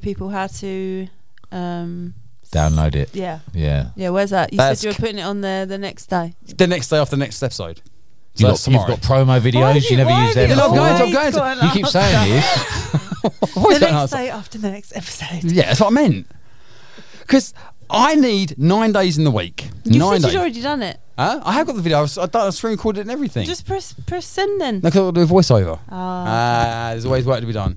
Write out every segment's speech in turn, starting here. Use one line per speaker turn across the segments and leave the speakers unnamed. people how to. Um,
Download it.
yeah,
Yeah.
yeah. Where's that? You
That's
said you were putting it on there the next day.
The next day after the next episode.
You
So
got,
that's
you've
tomorrow.
got promo
Why
videos.
do
You never
why
use
do
them.
Yeah, no,
before.
guys,
always
oh, guys,
go and
You keep
ask
saying
that?
this.
Voice
The
don't
next
answer.
day after the next episode.
Yeah, that's what I meant. Because I need nine days in the week.
You
nine
said
days.
you'd already done it.
Huh? I have got the video. I, was, I, done, I screen recorded it and everything.
Just press press send then.
no, 'cause I'll do a voiceover.
Ah.
Ah, there's always work to be done.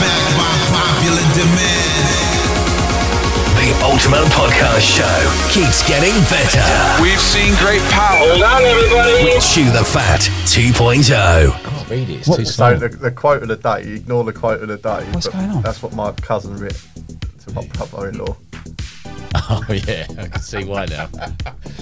Back by popular demand.
The Ultimate Podcast Show keeps getting better.
We've seen great power. Hold on, everybody.
With Chew the Fat oh. 2.0.
can't read it. It's too small.
So the, the quote of the day, you ignore the quote of the day.
What's
but
going on?
That's what my cousin writ to my brother-in-law.
Oh yeah, I can see why now.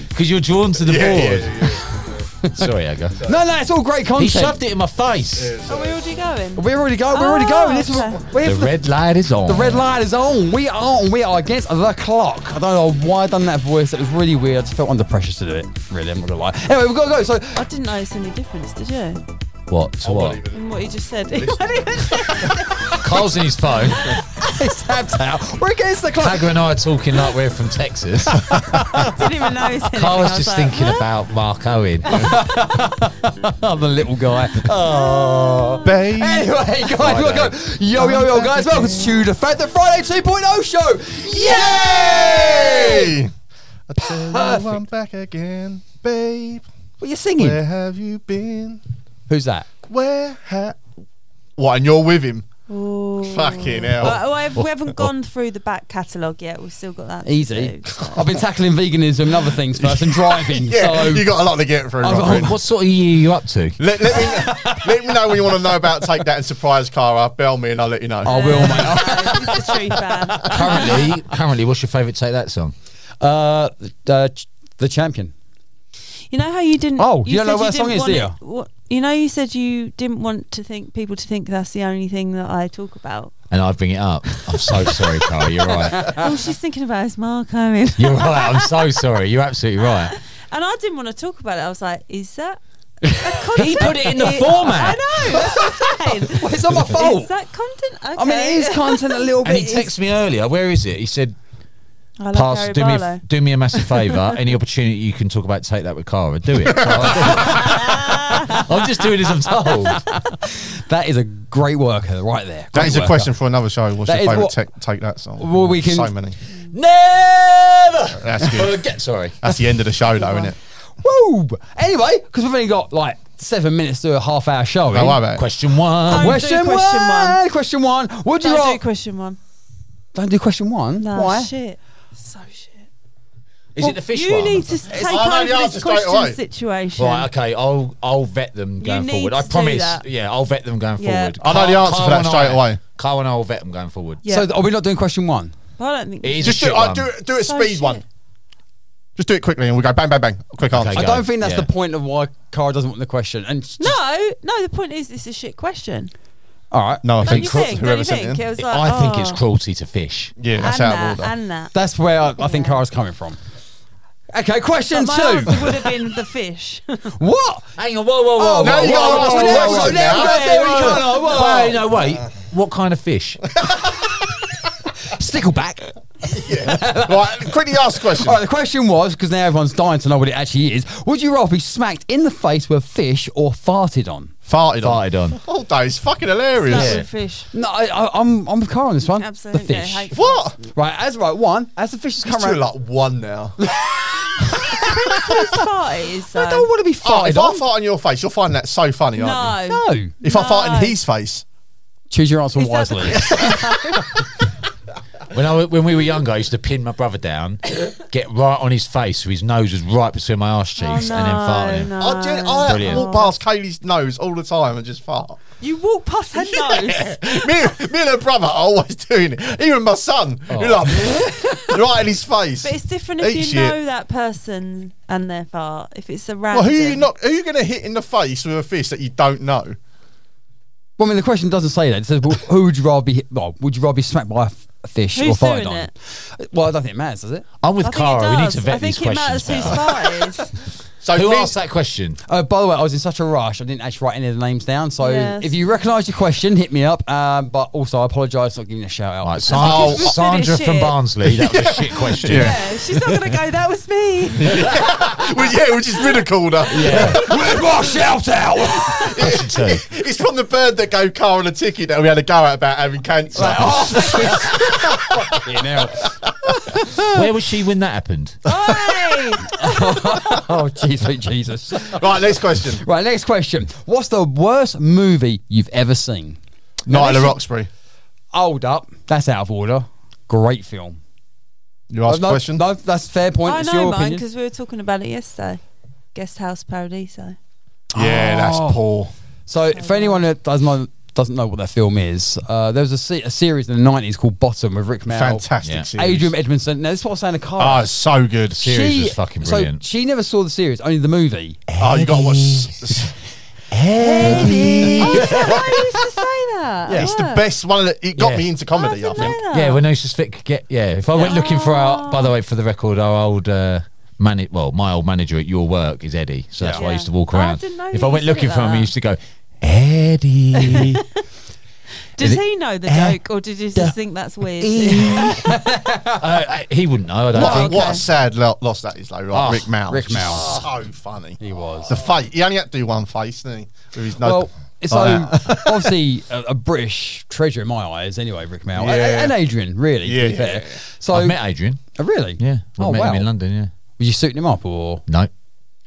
Because you're drawn to the board. Sorry, Aga.
No, no, it's all great
He
content.
shoved it in my face.
Are we already going?
We're already going. We're already
Oh,
going. This is,
okay.
we're here
The
for the,
red light is on.
the red light is on. We are on. We are against the clock. I don't know why I done that voice. It was really weird. I just felt under pressure to do it. Really, I'm not gonna lie. Anyway, we've got to go. So
I didn't notice any difference, did you?
What? To what?
In what you just said. What did you say?
Carl's in his phone.
it's tapped out. We're against the clock.
Aga and I are talking like we're from Texas.
I didn't even notice anything. I
Carl's
was
just
like, "Oh."
thinking
"Huh?"
about Mark Owen.
I'm the little guy. Oh.
Babe.
Anyway, guys, we'll go.
Friday.
Yo, yo, yo, guys, welcome to the Fat the Friday 2.0 show. Yay!
I tell you I'm back again, babe.
What are you singing?
Where have you been?
Who's that?
Where ha? What? And you're with him?
Ooh.
Fucking hell!
Well, I- we haven't gone through the back catalogue yet. We've still got that. to
Easy.
do, so.
I've been tackling veganism and other things first and driving.
yeah,
so
you got a lot to get through.
I've-
Robert.
what sort of year are you up to?
Let, let me let me know when you want to know about. Take that and surprise Cara. Bell me and I'll let you know.
I will, mate.
Uh, It's the truth, man.
Currently, currently, what's your favourite Take That song?
Uh, uh, ch- the champion.
You know how you didn't.
Oh, you don't
said
know what that
didn't
song is,
want
do
it- what- you know, you said you didn't want to think people to think that's the only thing that I talk about.
And I bring it up. I'm so sorry, Carl. You're right.
All she's thinking about is Mark Owen.
You're right. I'm so sorry. You're absolutely right.
And I didn't want to talk about it. I was like, is that.
He put it in the
It- I
format.
know. That's what I'm saying.
Well, Oh, it's not my fault.
Is that content? Okay.
I mean, it is content a little
And
bit.
he texted me earlier. Where is it? He said,
I love
"Pass.
Gary
do me, a,
Barlow.
f- do me a massive favour. Any opportunity you can talk about, take that with Cara. Do it." So I did. I'm just doing as I'm told.
that is a great worker right there.
that
Great
is a
worker.
question for another show. What's
That is
your favourite
what-
take, take that song?
Well, we can-
so many.
Never.
That's good.
Forget. Sorry.
That's the end of the show, though, isn't it?
Woo! Anyway, because we've only got like seven minutes to a half hour show.
Don't
in.
worry about it.
Question one.
Don't
Question,
do question
one.
one.
Question one. Would you
Don't
rather
do question one.
Don't do question one.
No,
Why?
shit. So shit.
Is it the fish
you
one?
need to take
I know
over
the
this
answer straight away.
question situation.
Right, okay, I'll I'll vet them going
need
forward. I
to do
promise.
that.
Yeah, I'll vet them going
Yeah.
forward.
I know the
Carl-
answer for
Carl
that
and
straight
I-
away.
Carl and I will vet them going forward.
Yeah.
So th- are we not doing question one?
But I don't think
It is
Just
a
do,
shit
uh,
one.
do it. Do it
So
speed
shit.
one. Just do it quickly, and we go bang, bang, bang. Quick answer.
Okay,
I
go.
don't think that's
Yeah.
the point of why Cara doesn't want the question. And s-
No, no. The point is, it's a shit question.
all right,
No, I
Don't you
think
think? Don't
whoever
you
sent
think?
it. in.
was like,
I think it's
oh,
cruelty to fish.
Yeah, that's
and
out of
that,
order.
and that.
that's where I, I think Cara's coming from. Okay, question
But my
two.
answer would have been the fish.
what?
Hang on, whoa, whoa, whoa.
Oh,
now
whoa,
you
whoa,
gotta
whoa,
ask
whoa,
me that
whoa,
question
now
now.
we got- there we
wait,
go. Whoa.
wait, no, wait. What kind of fish?
Stickleback.
Right, quickly ask question.
All right, the question was because now everyone's dying to know what it actually is. Would you rather be smacked in the face with a fish or farted on?
Farted, on.
Farted on.
All day is fucking hilarious.
That was fish.
No, I, I, I'm I'm with Cara on this one.
Absolutely.
the fish.
hate-
What?
Right, as right one, as the fish has come
It's
around.
like one now.
Whose fart it is,
I
though?
don't want to be
Oh,
farted
if I
on.
fart on your face, you'll find that so funny, aren't
um, No.
no.
you? If I fart
No.
in his face,
Choose your answer
Is that the
wisely.
When I wa- when we were younger, I used to pin my brother down, get right on his face, so his nose was right between my arse
Oh,
cheeks, and then fart on him.
no,
I, gen-
no.
I
Brilliant.
walk past Kaylee's nose all the time and just fart.
You walk past her nose.
me, and- me and her brother are always doing it. Even my son, you're
Oh.
like, right in his face.
But it's different if
Eat
you
shit.
know that person and their fart. If it's a
Well,
random.
who you not? Who you going to hit in the face with a fist that you don't know?
Well, I mean, the question doesn't say that. It says, well, who would you rather be? hit- Well, would you rather be smacked by a f- a fish
Who's
or farted
doing
on?
it?
Well, I don't think it matters, does it?
I
I'm with
think it
Cara. We need
does.
to vet
I think
these
it
questions.
matters whose
better.
fart it is.
So
Who
Nick-
asked that question?
Uh, by the way, I was in such a rush, I didn't actually write any of the names down. So
Yes.
if you recognise your question, hit me up. Um, but also, I apologise for not giving you a shout out.
Right, San-
Oh,
Sandra
consider
from
shit.
Barnsley. That was a shit question.
Yeah, she's not gonna go. That was me.
Well, yeah, which is ridicule. though.
Where's my shout out?
Question two.
It's from the bird that gave Carl a ticket that we had a go at about having cancer.
oh.
Where was she when that happened?
Oi!
oh, jeez, oh, Jesus.
Right, next question.
Right, next question. What's the worst movie you've ever seen?
Night of
this-
the Roxbury.
Hold up. That's out of order. Great film.
You asked
no,
a question.
No, that's a fair point.
I
it's
know
your
mine
opinion.
because we were talking about it yesterday. Guest House Paradiso.
Yeah,
Oh.
that's poor.
So, if anyone that doesn't know, doesn't know what that film is, uh, there was a, se- a series in the 90s called Bottom with Rick Mayall.
Fantastic
Yeah.
series.
Adrian Edmondson. Now, this is what I was saying to
Oh,
Carl.
it's so good.
Series was fucking brilliant.
So she never saw the series, only the movie.
Oh, you got to watch. It's
Oh, is that why you used to say that?
the best one. That, it got
Yeah.
me into
I
Oh,
comedy. I,
didn't
think.
know that.
Yeah, when Ocean's Fit could get. Yeah, if I went looking for our. By the way, for the record, our old. Uh, Man, well, my old manager at your work is Eddie, so that's why I
Yeah.
used to walk
Oh, I
around.
didn't know
if
that
I
you
went
said it
looking for
like
him, I
that.
used to go, Eddie.
Does
Is it- E?
he know the
Eh,
joke, or did you just think that's weird?
Uh, he wouldn't know. I don't
What,
think.
a-
Oh, okay.
what a sad lo- loss that is, though. Right,
Oh,
Rick Mal.
Ah, Rick
Which is
Mal.
so funny.
He was.
The face. He only had to do one face, didn't he? With his nose.
Well, it's
like that.
so obviously a, a British treasure in my eyes, anyway, Rick Mao.
Yeah.
And Adrian, really, to
Yeah,
be
yeah,
fair.
yeah.
So,
I've met Adrian.
Oh, really?
Yeah, I
Oh,
met
wow.
him in London. Yeah,
Were you suiting him up or
no.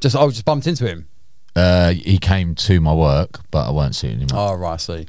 just, I just bumped into him?
Uh, he came to my work, but I weren't seeing him.
Oh, right, I see.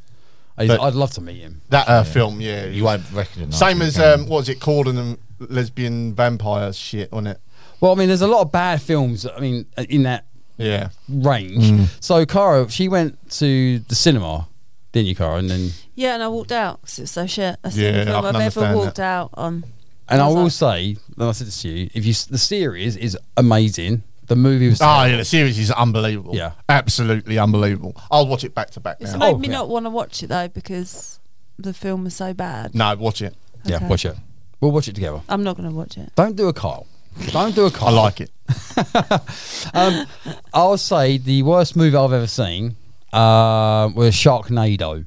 I-
But-
I'd love to meet him.
that uh, film,
Oh.
yeah.
You won't recognise.
Same
him,
as,
can
um, what was it, called and them lesbian vampires shit on it.
Well, I mean, there's a lot of bad films, I mean, in that
Yeah.
range. So, Cara, she went to the cinema, didn't you, Cara? And then,
yeah, and I walked out because it was so shit. That's the
Yeah,
only
I
film
can
I've ever
understand
walked
that.
out on.
and I
How's
will
that?
say, and I said this to you, if you, s- the series is amazing. The movie was.
Oh, yeah, the series is unbelievable.
Yeah.
Absolutely unbelievable. I'll watch it back to back
It's
now.
made
Oh,
me
yeah.
not want to watch it though because the film was so bad.
No, watch it.
yeah,
okay.
watch it. We'll watch it together.
I'm not going to watch it.
Don't do a Kyle. Don't do a
I
Kyle.
like it.
Um, I'll say the worst movie I've ever seen uh, was Sharknado.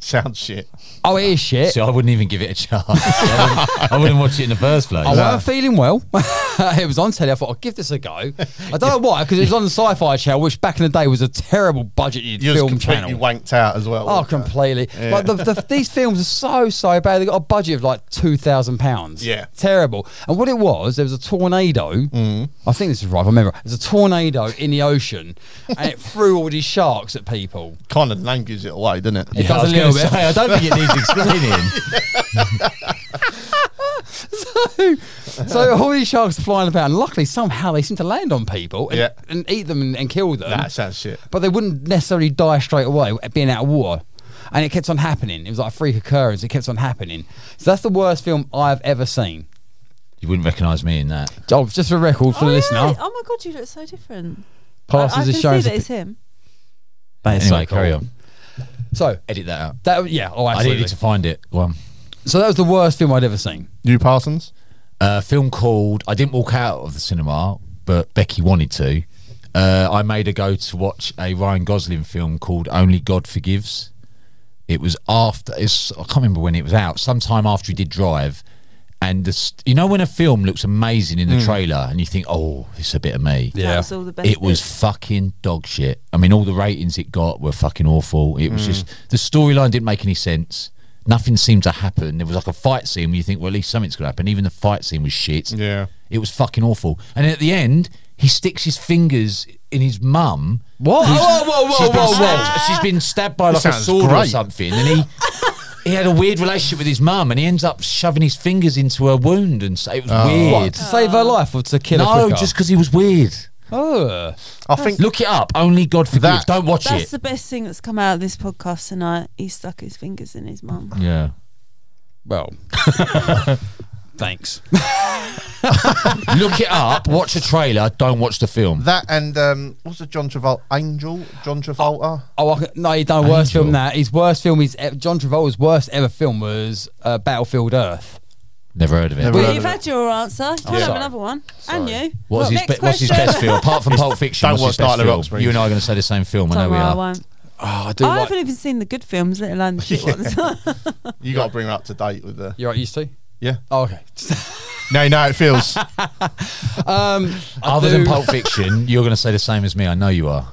Sounds shit.
Oh, it is
you?
shit.
See, I wouldn't even give it a chance. I, wouldn't, I wouldn't watch it in the first place.
I weren't feeling well. it was on telly. I thought I'll give this a go. I don't know why, because it was on the Sci-Fi Channel, which back in the day was a terrible budgeted
You're
film
completely
channel.
wanked out as well.
Oh,
weren't you?
completely.
Yeah.
Like the, the, these films are so so bad. They got a budget of like two thousand pounds.
Yeah.
terrible. And what it was, there was a tornado.
Mm.
I think this is right. I remember. There's a tornado in the ocean, and it threw all these sharks at people.
Kind of the name gives it away, doesn't it?
It
Yeah, I
does
was
a little
gonna
bit.
say, I don't think it needs explaining.
so all these sharks are flying about, and luckily somehow they seem to land on people and,
Yeah.
and eat them and, and kill them.
That sounds shit.
but they wouldn't necessarily die straight away being out of water. And it kept on happening. It was like a freak occurrence. It kept on happening. So that's the worst film I've ever seen.
you wouldn't recognise me in that.
Oh, just for record, for
oh,
the
yeah.
listener,
Oh my god, you look so different. I, I
passes
can
is
see
showing.
that it's him.
Anyway, carry on.
So
Edit that out.
that, yeah, oh,
I
absolutely.
needed to find it. One.
so that was the worst film I'd ever seen.
New Parsons?
a Uh, film called I didn't walk out of the cinema, but Becky wanted to. Uh, I made her go to watch a Ryan Gosling film called Only God Forgives. It was after it's, I can't remember when it was out. Sometime after he did Drive, and the, st- you know when a film looks amazing in the trailer and you think, oh, it's a bit of me.
That
Yeah.
was all the best.
It was
bits.
fucking dog shit. I mean, all the ratings it got were fucking awful. It
Mm.
was just the storyline didn't make any sense. Nothing seemed to happen. There was like a fight scene where you think, well, at least something's gonna happen. Even the fight scene was shit.
Yeah.
it was fucking awful. And at the end, he sticks his fingers in his mum.
What?
who's-
Whoa, whoa, whoa,
she's been
whoa, whoa.
stabbed- She's been stabbed by
This
like a
sounds
sword or
great.
something, and he. He had a weird relationship with his mum, and he ends up shoving his fingers into her wound, and so it was
Oh.
weird.
Oh.
To save her life or to kill her?
No,
quicker?
just because he was weird.
oh,
I think
Look it up. Only God forgives.
That-
Don't watch
That's
it.
the best thing that's come out of this podcast tonight. He stuck his fingers in his mum.
yeah.
well. Thanks.
Look it up. Watch a trailer. Don't watch the film.
that and um, what's the John Travolta? Angel? John Travolta?
Oh, I can, no, he done a worse
Angel.
eh, film than that. His worst film is John Travolta's worst ever film was uh, Battlefield Earth.
Never heard of it.
Never
Well,
heard
you've
of
had your answer. I'll have
sorry.
another one. And you.
What's his,
Next
be- what's his
question.
best film? Apart from Pulp Fiction,
Don't
what's his best
watch Night of the
film?
Rocksmiths.
You and I are going to say the same film. I know
Don't
we
worry, I
are.
won't.
Oh, I do
I
like.
haven't even seen the good films, let alone the shit ones.
You got to bring her up to date with the.
You're right, used to?
Yeah.
Oh, okay.
No, no, it feels.
Um, I
Other than
do-
Pulp Fiction, you're going to say the same as me. I know you are.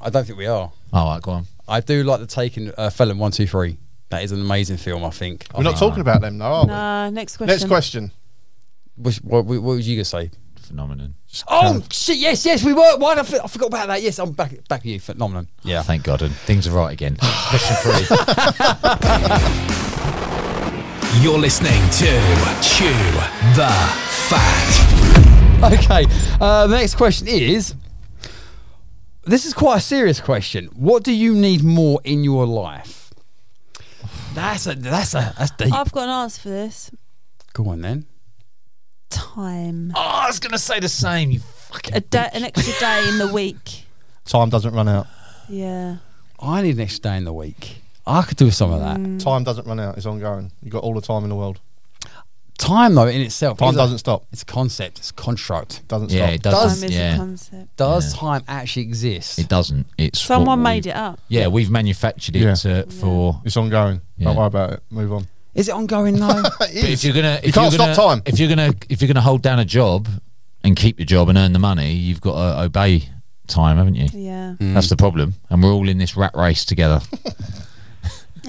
I don't think we are.
All right, go on.
I do like the Taken uh, Felon 123. That is an amazing film, I think.
We're not talking about them, though, are we?
no, next question.
Next question.
Which, what, what was you going to say?
Phenomenon.
Oh, shit, yes, yes, we were. Why did I, for- I forgot about that? Yes, I'm back back at you. Phenomenon. Yeah.
Thank God, and things are right again. question three.
You're listening to Chew the Fat.
Okay. Uh, the next question is this is quite a serious question. What do you need more in your life? That's a that's a that's deep.
I've got an answer for this.
Go on then.
Time.
Oh, I was going to say the same. You fucking.
A da- an extra day in the week.
Time doesn't run out.
Yeah.
I need an extra day in the week. I could do with some of that.
Time doesn't run out. It's ongoing. You've got all the time in the world.
Time though in itself.
Time
is a-
doesn't stop.
it's a concept, it's a construct.
Doesn't
Yeah,
stop.
it does.
Time is a
yeah,
concept.
Does time actually exist?
it doesn't. It's what
Someone
we-
made it up.
Yeah, we've manufactured it
Yeah.
uh, for.
It's ongoing. Don't
Yeah.
worry about it. Move on.
Is it ongoing though?
It
But if you're gonna, if
you can't
are gonna,
stop time.
If you're gonna, if you're gonna hold down a job and keep your job and earn the money, you've got to obey time, haven't you?
Yeah.
That's the problem, and we're all in this rat race together.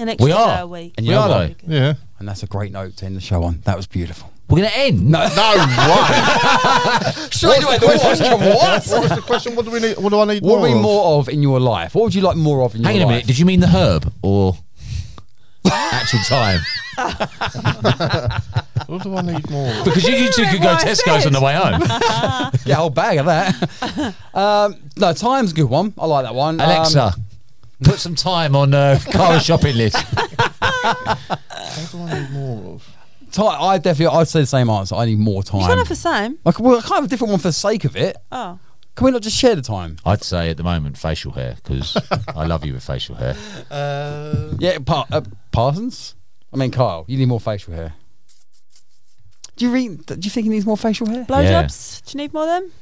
An extra
We are.
day a week.
And you We know are, what?
yeah.
and that's a great note to end the show on. That was beautiful.
We're gonna end. No,
No way.
Straight away, the watch. What?
what was the question? What do we need? What do I need?
What
more
would be
of?
more of in your life? What would you like more of in your
hang on a
life?
minute. Did you mean the herb or actual time?
What do I need more? of?
Because you, you two could go
What I
Tesco's on the way home.
Get a whole bag of that. um, no, time's a good one. I like that one. Um,
Alexa, put some time on uh, car shopping list.
What do I need more of?
ti- I definitely, I'd say the same answer. I need more time.
You can't have the same.
Like, well, I can't have a different one for the sake of it.
Oh.
Can we not just share the time?
I'd say at the moment facial hair because I love you with facial hair.
Yeah, par- uh, Parsons. I mean, Kyle, you need more facial hair. Do you re- Do you think he needs more facial hair?
Blowjobs. Do you need more of them?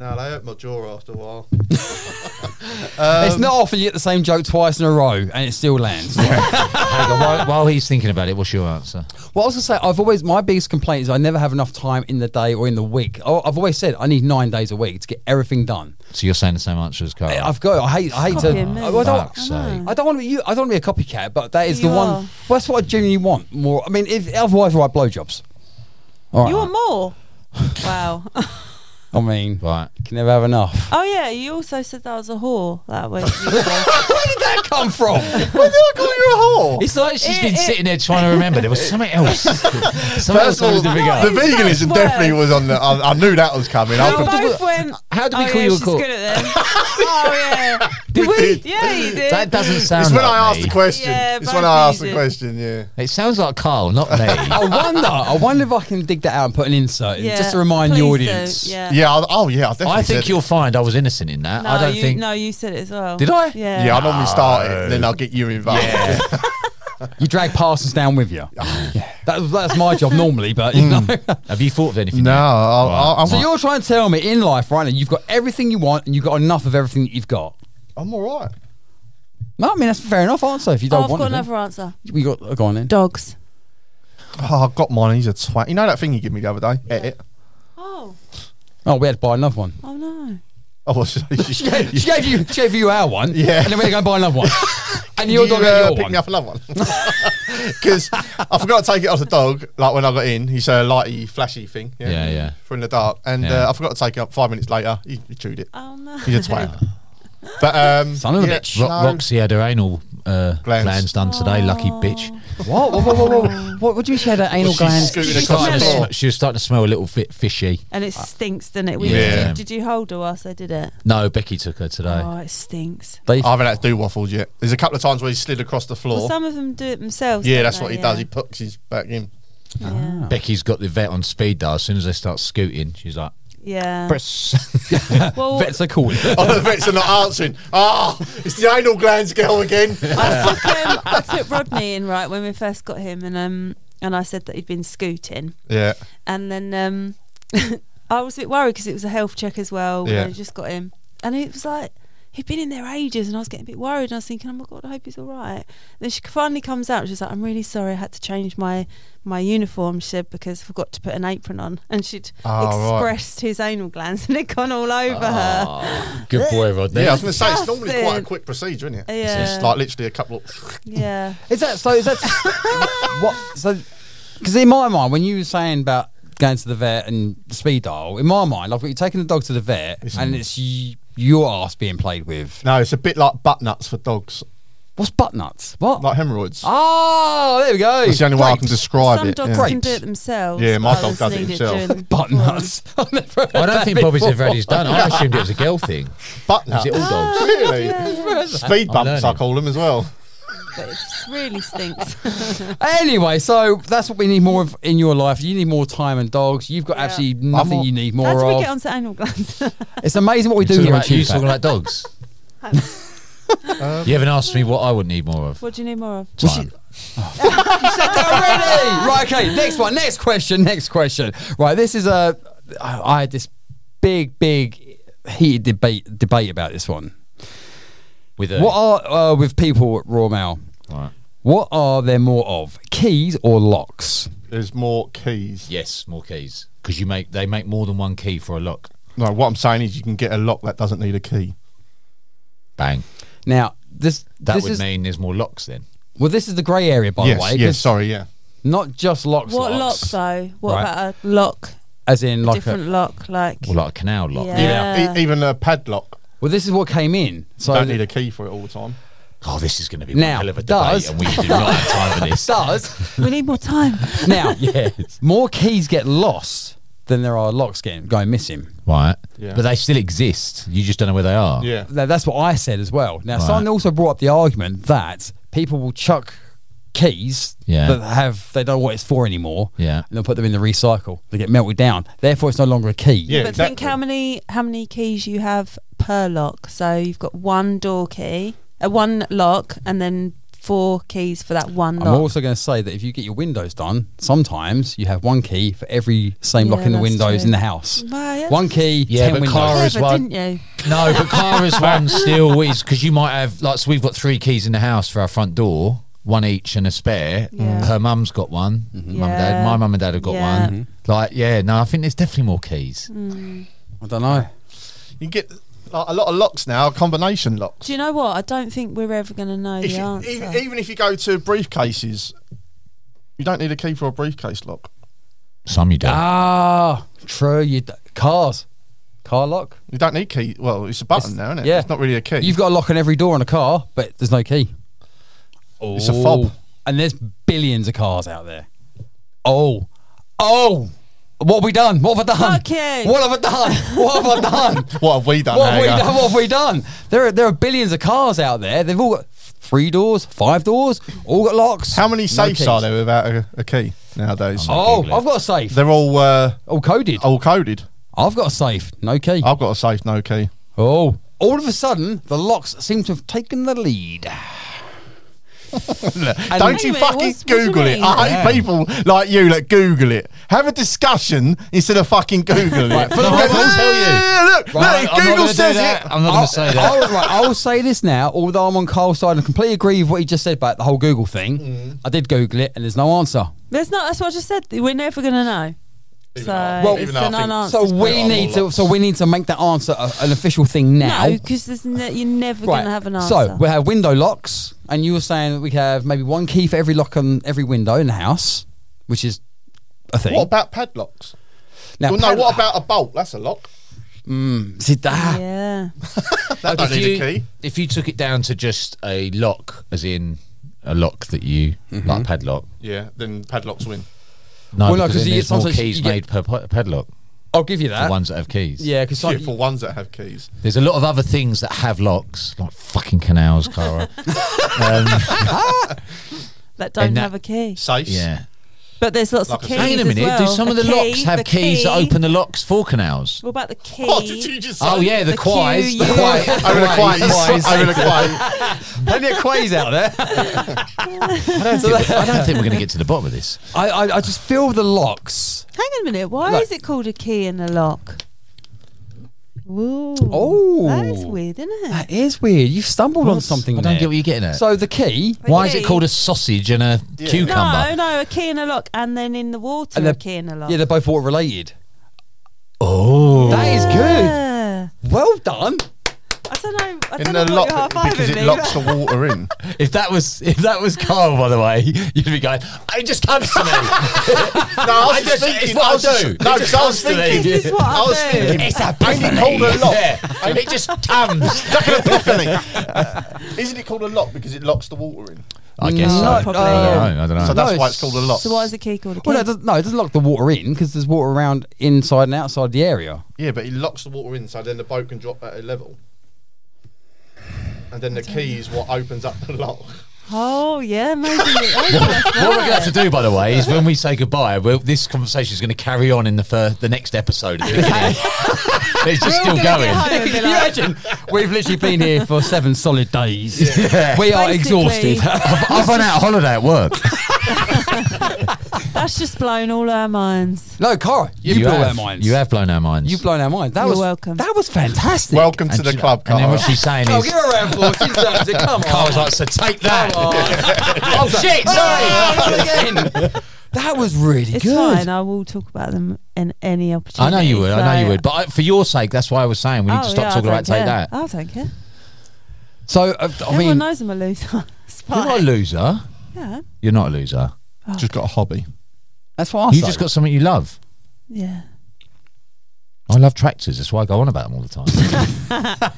No, they hurt my jaw after a while.
Um,
it's not often you get the same joke twice in a row and it still lands.
Hang on, while, while he's thinking about it, what's your answer?
Well, I was gonna say, I've always my biggest complaint is I never have enough time in the day or in the week. I- I've always said I need nine days a week to get everything done.
So you're saying the same answer as Carl?
I- I've got. I hate. I hate to.
Copy and
I,
move.
I don't.
Fuck's sake.
I don't want to be you. I don't want to be a copycat, but that is
You
the one.
are.
Well, that's what I genuinely want. More. I mean, if otherwise, right, blowjobs. All right.
You want more? wow.
I mean,
Right.
can never have enough.
Oh yeah, you also said that I was a whore that week. You said.
Where did that come from?
Why do I call you a whore?
It's like she's been
It- it-
sitting there trying to remember. There was something else. something else
First of
I
all,
was
the
to pick up.
It's
veganism
worse.
definitely was on the. I, I knew that was coming. I
we
was-
both went.
How do we
oh,
call
yeah,
you a
she's
cook?
good at them. oh yeah.
Did
did.
Yeah, you did.
That doesn't sound.
it's when
like
I asked
me.
the question.
Yeah,
it's
both
when I asked
of you
the
did.
question. Yeah.
It sounds like Carl, not me.
I wonder. I wonder if I can dig that out and put an insert in
yeah.
just to remind the
please
audience.
Do. Yeah.
Yeah. I, oh yeah. I definitely.
I think
said
you'll find I was innocent in that.
No,
I don't
you,
think.
No, you said it as well.
Did I?
Yeah.
It. Yeah. I normally start it, then I'll get you involved. Yeah.
You drag Parsons down with you. yeah. Mm. that, was- that's my job normally, but you know.
Have you thought of anything?
no. I'll, I'll, I'm,
So you're trying to tell me in life right now you've got everything you want and you've got enough of everything that you've got.
I'm all right.
No, I mean that's a fair enough answer. If
Oh,
you don't
I've
want
got
anything.
another answer.
we got uh, go on then.
Dogs.
Oh, I've got mine. He's a twat. You know that thing you gave me the other day? Eh, Yeah. it.
Oh.
Oh, we had to buy another one.
Oh no.
Oh, well, should I-
She gave, she gave you she gave you our one,
Yeah.
and then we had to go and buy another one. and
Can
your dog
you,
ate
uh,
your
pick
one.
me up another one? Because I forgot to take it off the dog. Like when I got in, he's a lighty, flashy thing. Yeah,
Yeah, yeah.
For in the dark, and
Yeah.
uh, I forgot to take it up. Five minutes later, he, he chewed it.
Oh no.
He's a twat. but um,
Son of a
yeah,
bitch.
Ro-
no.
Roxy had her anal uh, glands.
Glands.
done today. Lucky bitch.
What? Whoa, whoa, whoa, whoa. what? What do you mean she had an anal
she's
gland?
scooting
She was,
Because
starting to
it's
smell,
not-
she was starting to smell a little bit fishy.
And it stinks, doesn't it? We
Yeah.
Did you hold her whilst I did it?
No, Becky took her today.
Oh, it stinks.
They-
I haven't had to do waffles yet. There's a couple of times where he slid across the floor.
Well, some of them do it themselves.
yeah,
don't
that's
they?
what he
yeah.
does. He pucks his back in.
Yeah.
Becky's got the vet on speed dial. As soon as they start scooting, she's like,
yeah.
press.
Well,
Vets are cool.
Oh, the vets are not answering. Ah, it's the anal glands girl again.
I took, um, I took Rodney in right when we first got him, and um, and I said that he'd been scooting,
Yeah.
and then um, I was a bit worried because it was a health check as well.
Yeah.
And I just got him, and it was like he'd been in there ages, and I was getting a bit worried. And I was thinking, oh my god, I hope he's all right. And then she finally comes out. and She's like, I'm really sorry, I had to change my my uniform. She said because I forgot to put an apron on, and she'd
Oh, right.
expressed his anal glands, and it'd gone all over her.
Ah.
Good boy, Rodney.
Yeah, I was going to say, it's normally quite a
Disgusting.
quick procedure, isn't it?
Yeah.
It's just like literally a couple of.
Yeah,
Is that so? Is that what? So, because in my mind, when you were saying about going to the vet and the speed dial, in my mind, I've got you taking the dog to the vet, and it's y- your ass being played with.
No, it's a bit like butt nuts for dogs,
What's butt nuts? What?
like hemorrhoids.
oh, there we go.
That's the only way I can
Great.
describe
some
it.
dogs
yeah.
can do it themselves.
Yeah, my
but
dog
others
does it
need
himself.
doing
butt
before.
nuts. I've never heard
I don't
that
think Bobby's
before.
ever had his done. I assumed it was a girl thing.
Butt
Is
nuts.
it all dogs?
really? Speed
I'm
bumps, I
learning.
call them as well.
But it just really stinks.
Anyway, so that's what we need more of in your life. You need more time and dogs. You've got
Yeah.
absolutely nothing
all-
you need
How
more
do we
of.
get onto anal glands?
it's amazing what we do
Talking
here on
about you
Tuesday.
talking like dogs.
Um,
you haven't asked me what I would need more of.
what do you need more of?
Time.
already. Oh, Right. Okay. Next one. Next question. Next question. Right. This is a. I I had this big, big heated debate debate about this one.
With a,
What are uh, with people at Raw Mail?
Right.
What are there more of, keys or locks?
There's more keys.
Yes, more keys because you make they make more than one key for a lock.
No, what I'm saying is you can get a lock that doesn't need a key.
Bang.
Now this
That
this
would
is,
mean there's more locks then.
well this is the grey area by
yes,
the way.
yes,
'cause
sorry, yeah.
Not just locks.
What lock
locks,
though? What
Right.
about a lock?
As in like a,
different lock, like
Or like a canal lock.
Yeah. Yeah.
E- even a padlock,
well this is what came in. So
don't need a key for it all the time.
Oh, this is going to be one
Now,
hell of a debate,
does-
and we do not have time for this.
does
we need more time.
now
Yes.
more keys get lost than there are locks getting going missing.
Right.
Yeah.
But they still exist. You just don't know where they are.
Yeah.
Now, that's what I said as well. Now,
Right.
someone also brought up the argument that people will chuck keys
Yeah.
that have they don't know what it's for anymore.
Yeah.
and they'll put them in the recycle. They get melted down. Therefore, it's no longer a key.
Yeah,
but think
exactly.
how many how many keys you have per lock. So you've got one door key, uh, one lock, and then four keys for that one
I'm
lock.
also going to say that if you get your windows done, sometimes you have one key for every same
Yeah,
lock in the
that's
windows
true.
in the house.
Wow, yeah,
One key,
Yeah,
ten
but
windows.
Clara
Clever,
as well.
didn't you?
No, but Clara's one still is because you might have like so we've got three keys in the house for our front door, one each and a spare.
Yeah.
Her mum's got one. Mum and dad.
Yeah.
My mum and dad have got
Yeah. Mm-hmm. Mm.
one. Like yeah, no, I think there's definitely more keys.
I don't know.
You get like, a lot of locks now, combination locks.
Do you know what? I don't think we're ever going to know
If
the
you-
answer.
even, even if you go to briefcases, you don't need a key for a briefcase lock.
Some you don't.
Ah, true. You d- cars, car lock.
You don't need key. Well, it's a button
It's-
now, isn't it?
yeah.
It's not really a key.
You've got a lock on every door on a car, but there's no key.
It's a fob.
And there's billions of cars out there. Oh. Oh. What have we done? What have I done?
Fuck you.
What have I done? What have I done?
what have we done?
what, have we
Hagar?
done? what have we done? There are, there are billions of cars out there. They've all got three doors, five doors, all got locks.
How many safes
keys.
are there without a, a key nowadays?
Oh, I've got a safe.
They're all uh,
all coded.
all coded.
I've got a safe. No key.
I've got a safe, no key.
Oh. All of a sudden, the locks seem to have taken the lead. And-
Don't you
Anyway,
fucking
what's- what do you
Google it.
mean?
I
Yeah.
hate people like you that Google it. Have a discussion instead of fucking Googling it.
for the
Go,
record- I'll tell you.
"Yeah,
Right,
Look, look,
I'm not
Google
gonna do
says
that.
it. Ah,
I'm not going to say that.
I'll, right, I'll say this now, although I'm on Carl's side and completely agree with what he just said about the whole Google thing.
Mm.
I did Google it and there's no answer.
There's not. That's what I just said. We're never going to know. So
Well,
it's
even though I
an
think-
unanswered.
So we
I'm
need
all
to
lost.
so we need to make that answer a, an official thing now.
no, because there's ne- you're never going to have an answer.
So we have window locks and you were saying that we have maybe one key for every lock on every window in the house, which is a thing.
What about padlocks?
now,
well, no,
pad-
what about a bolt? That's a lock.
see that?
yeah.
That don't
if
need
you-
a key.
If you took it down to just a lock, as in a lock that you
Mm-hmm.
like padlock.
Yeah, then padlocks win.
No,
Well, no,
because
'cause
then
you-
there's more
sometimes
keys
you get-
made per pa- padlock
I'll give you
for
Ah.
that.
ones that have keys.
Yeah, because
Shit, for ones that have keys.
There's a lot of other things that have locks, like fucking canals, Cara.
That don't
And that-
have a key.
Safes.
yeah.
But there's lots
Like I
of
said-
keys.
Hang on a
as
minute.
well.
Do some of the
A key,
locks have
the
keys that
key.
open the locks for canals?
What about the key?
What did you just say?
Oh yeah, the,
The
quays. The
QU.
quays.
Over the quays. Over the quays.
Plenty of quays out there.
I don't think, I don't think we're going to get to the bottom of this.
I, I, I just feel the locks.
Hang on a minute. Why
Look.
is it called a key and a lock? Ooh.
Oh.
That is weird, isn't it?
That is weird. You've stumbled on something.
I don't
there.
get what you're getting at.
So the key.
The
Why is it
key.
called a sausage and a cucumber?
No, no, a key and a lock, and then in the water,
And
a
they're-
key and a lock.
Yeah, they're both water related.
Oh,
That is good.
Yeah.
Well done.
I don't know. I
In
don't
the
know what you're
lock
high
because
fiving
it
me.
locks the
but-
water in.
if that was if that was Carl, by the way, you'd be going. It just comes to me.
No,
I
I was
just- it's what
I
I'll
was just-
do.
No,
It just
because I was
comes to me.
thinking.
This is what
I
I
was
do.
thinking.
it's a
Only called a lock.
Yeah. It just comes.
Like an epiphany. Isn't it called a lock because it locks the water in?
I guess
No,
so.
probably.
I don't know. I don't know.
So that's
No,
why it's called a lock.
So why is the key called a key?
Well, no, it doesn't, no, it doesn't lock the water in because there's water around inside and outside the area.
Yeah, but it locks the water in, so then the boat can drop at a level. And then the key is what opens up the lock.
oh yeah, maybe. Oh,
what we're going to have to do, by the way, is when we say goodbye, we'll, this conversation is going to carry on in the first, the next episode. Of the it's just still going.
Can you
imagine? We've literally been here for seven solid days. We are
Basically.
exhausted.
I've, I've run out of holiday at work.
That's just blown all our minds.
no, Cara, you, blew
have,
our minds.
You have blown our minds.
You've blown our minds. That
You're
was
welcome.
That was fantastic.
Welcome to
And
the
she-
club,
And
Carl.
then what she's saying
Oh,
is,
give her a round of applause. She deserves it. Come on.
Carl's like, so take that.
Come
Oh, shit, sorry.
That was really
It's
good.
fine. I will talk about them in any
I
opportunity.
know you would. I know you
so-
would. But I, for your sake, that's why I was saying we need
Oh,
to stop
yeah, Oh, I
talking
don't
about take
care.
that.
I don't care.
So, uh, I
Everyone
mean,
knows I'm a loser. It's
You're not a
fine.
loser.
Yeah,
You're not a loser.
just got a hobby.
that's what I
You
say.
just got something you love.
yeah.
I love tractors. That's why I go on about them all the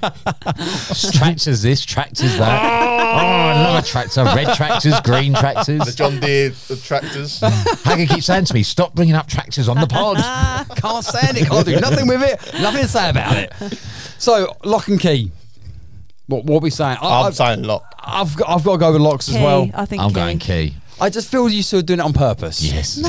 time. tractors, this tractors, that. Oh, I love a tractor. Red tractors, green
The
tractors.
John Deere the tractors.
Hagger keeps saying to me, "Stop bringing up tractors on the pod."
can't stand it. Can't do nothing with it. Nothing to say about it. So, lock and key. What what we saying? I,
I'm
I've,
saying lock.
I've got, I've got to go with locks
Key.
as well.
I think
I'm
key.
going key.
I just feel you still doing it on purpose.
Yes.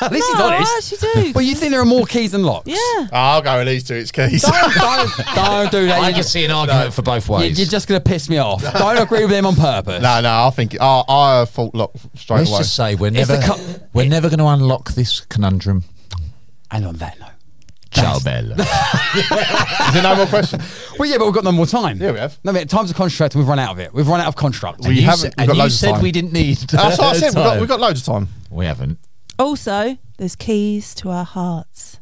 At least
No,
he's honest.
I actually do.
Well, you think there are more keys than locks?
yeah.
I'll go with these two. It's keys.
Don't, don't, don't do that.
I
You
can see an argument for both
you-
ways.
you're just going to piss me off. Don't agree with them on purpose.
no, no. I think I, I thought lock straight
Let's
away.
just say we're
It's
never
the co-
we're never going to unlock this conundrum.
And on that note.
Ciao, Bella.
Is there no more questions?
Well, yeah, but we've got no more time.
Yeah, we have.
No, mate, time's a construct. We've run out of it. We've run out of construct.
We
You
haven't.
s-
We've
and
got
you
loads
said
of time.
we didn't need.
That's what I said. We've got,
time.
we've got loads of time.
We haven't.
Also, there's keys to our hearts.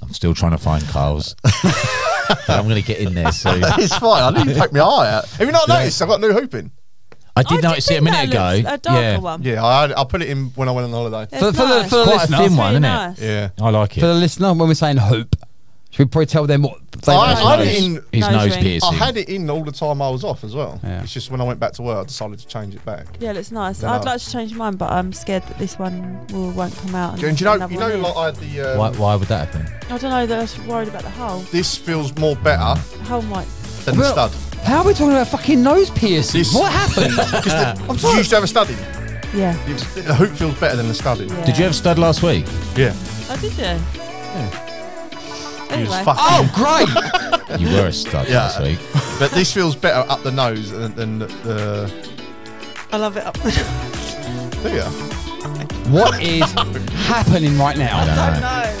I'm still trying to find Carl's. But I'm going to get in there soon.
It's fine. I need to take my eye out. Have you not noticed? I've got new hooping.
I did
I did
notice it a
think that
minute ago.
looks A darker
yeah.
one.
Yeah, I, I put it in when I went on holiday.
It's
For- for the-
nice.
for the
Quite a
listener.
thin
It's
one,
really
isn't
nice.
it?
Yeah.
I like it.
For the listener, when we're saying hope, should we probably tell them what they
I-
want to
I
know?
didn't- in-
His
Nose
nose,
ring.
piercing.
I had it in all the time I was off as well.
Yeah.
It's just when I went back to work, I decided to change it back.
Yeah, it looks nice.
They're
I'd
nice.
like to change mine, but I'm scared that this one will, won't come out. and
Do you know?
another
You
one
know,
is.
like I had the. Um,
why, why would that happen?
I don't know. That I was worried about the hole.
This feels more better
The hole might.
than
Well-
the stud.
How are we talking about fucking nose piercings?
This-
What happened?
I'm sorry. You used to have a stud in.
Yeah.
You- The hoop feels better than the stud in.
yeah.
Did you have stud last week?
Yeah.
Oh, did you? Yeah.
You
Anyway.
was fucking.
oh, great.
You were a stud
Yeah.
last week.
But this feels better up the nose than, than the- the.
I love it. Up.
Do you?
What is happening right now?
don't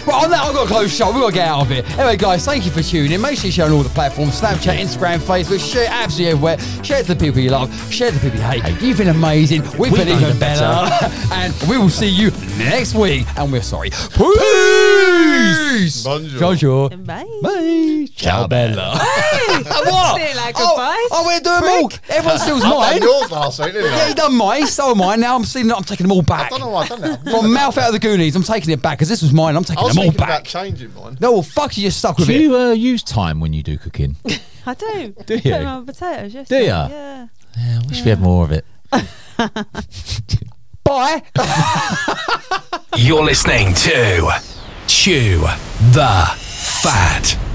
Right, on that, I've got a close shot. We've got to get out of here. Anyway, guys, thank you for tuning in. Make sure you share on all the platforms Snapchat, Instagram, Facebook. Share it absolutely everywhere. Share it to the people you love. Share it to the people you hate. You've been amazing. We've, been
done
even
better.
better. and we will see you next week. And we're sorry. Peace.
Bonjour.
Bonjour.
Bye.
Bye.
Ciao, Bella.
What?
See you later,
oh,
guys.
oh, we're doing them all. Everyone steals
I had
mine.
yours last week, didn't
Yeah,
I?
you done mine. So mine. Now I'm stealing. it. I'm taking them all
I
back.
don't know why I've done that.
From mouth out of the Goonies, I'm taking it back because this was mine. I'm
I
taking
was
them all
thinking
back.
about changing mine.
No, well, fuck you. You're stuck with
Do
it.
you uh, use time when you do cooking? Yeah,
I do.
Do
I
you?
put 'em on potatoes. Yes.
Do you?
Yeah.
I wish we had more of it.
Bye.
oh. You're listening to Chew the Fat.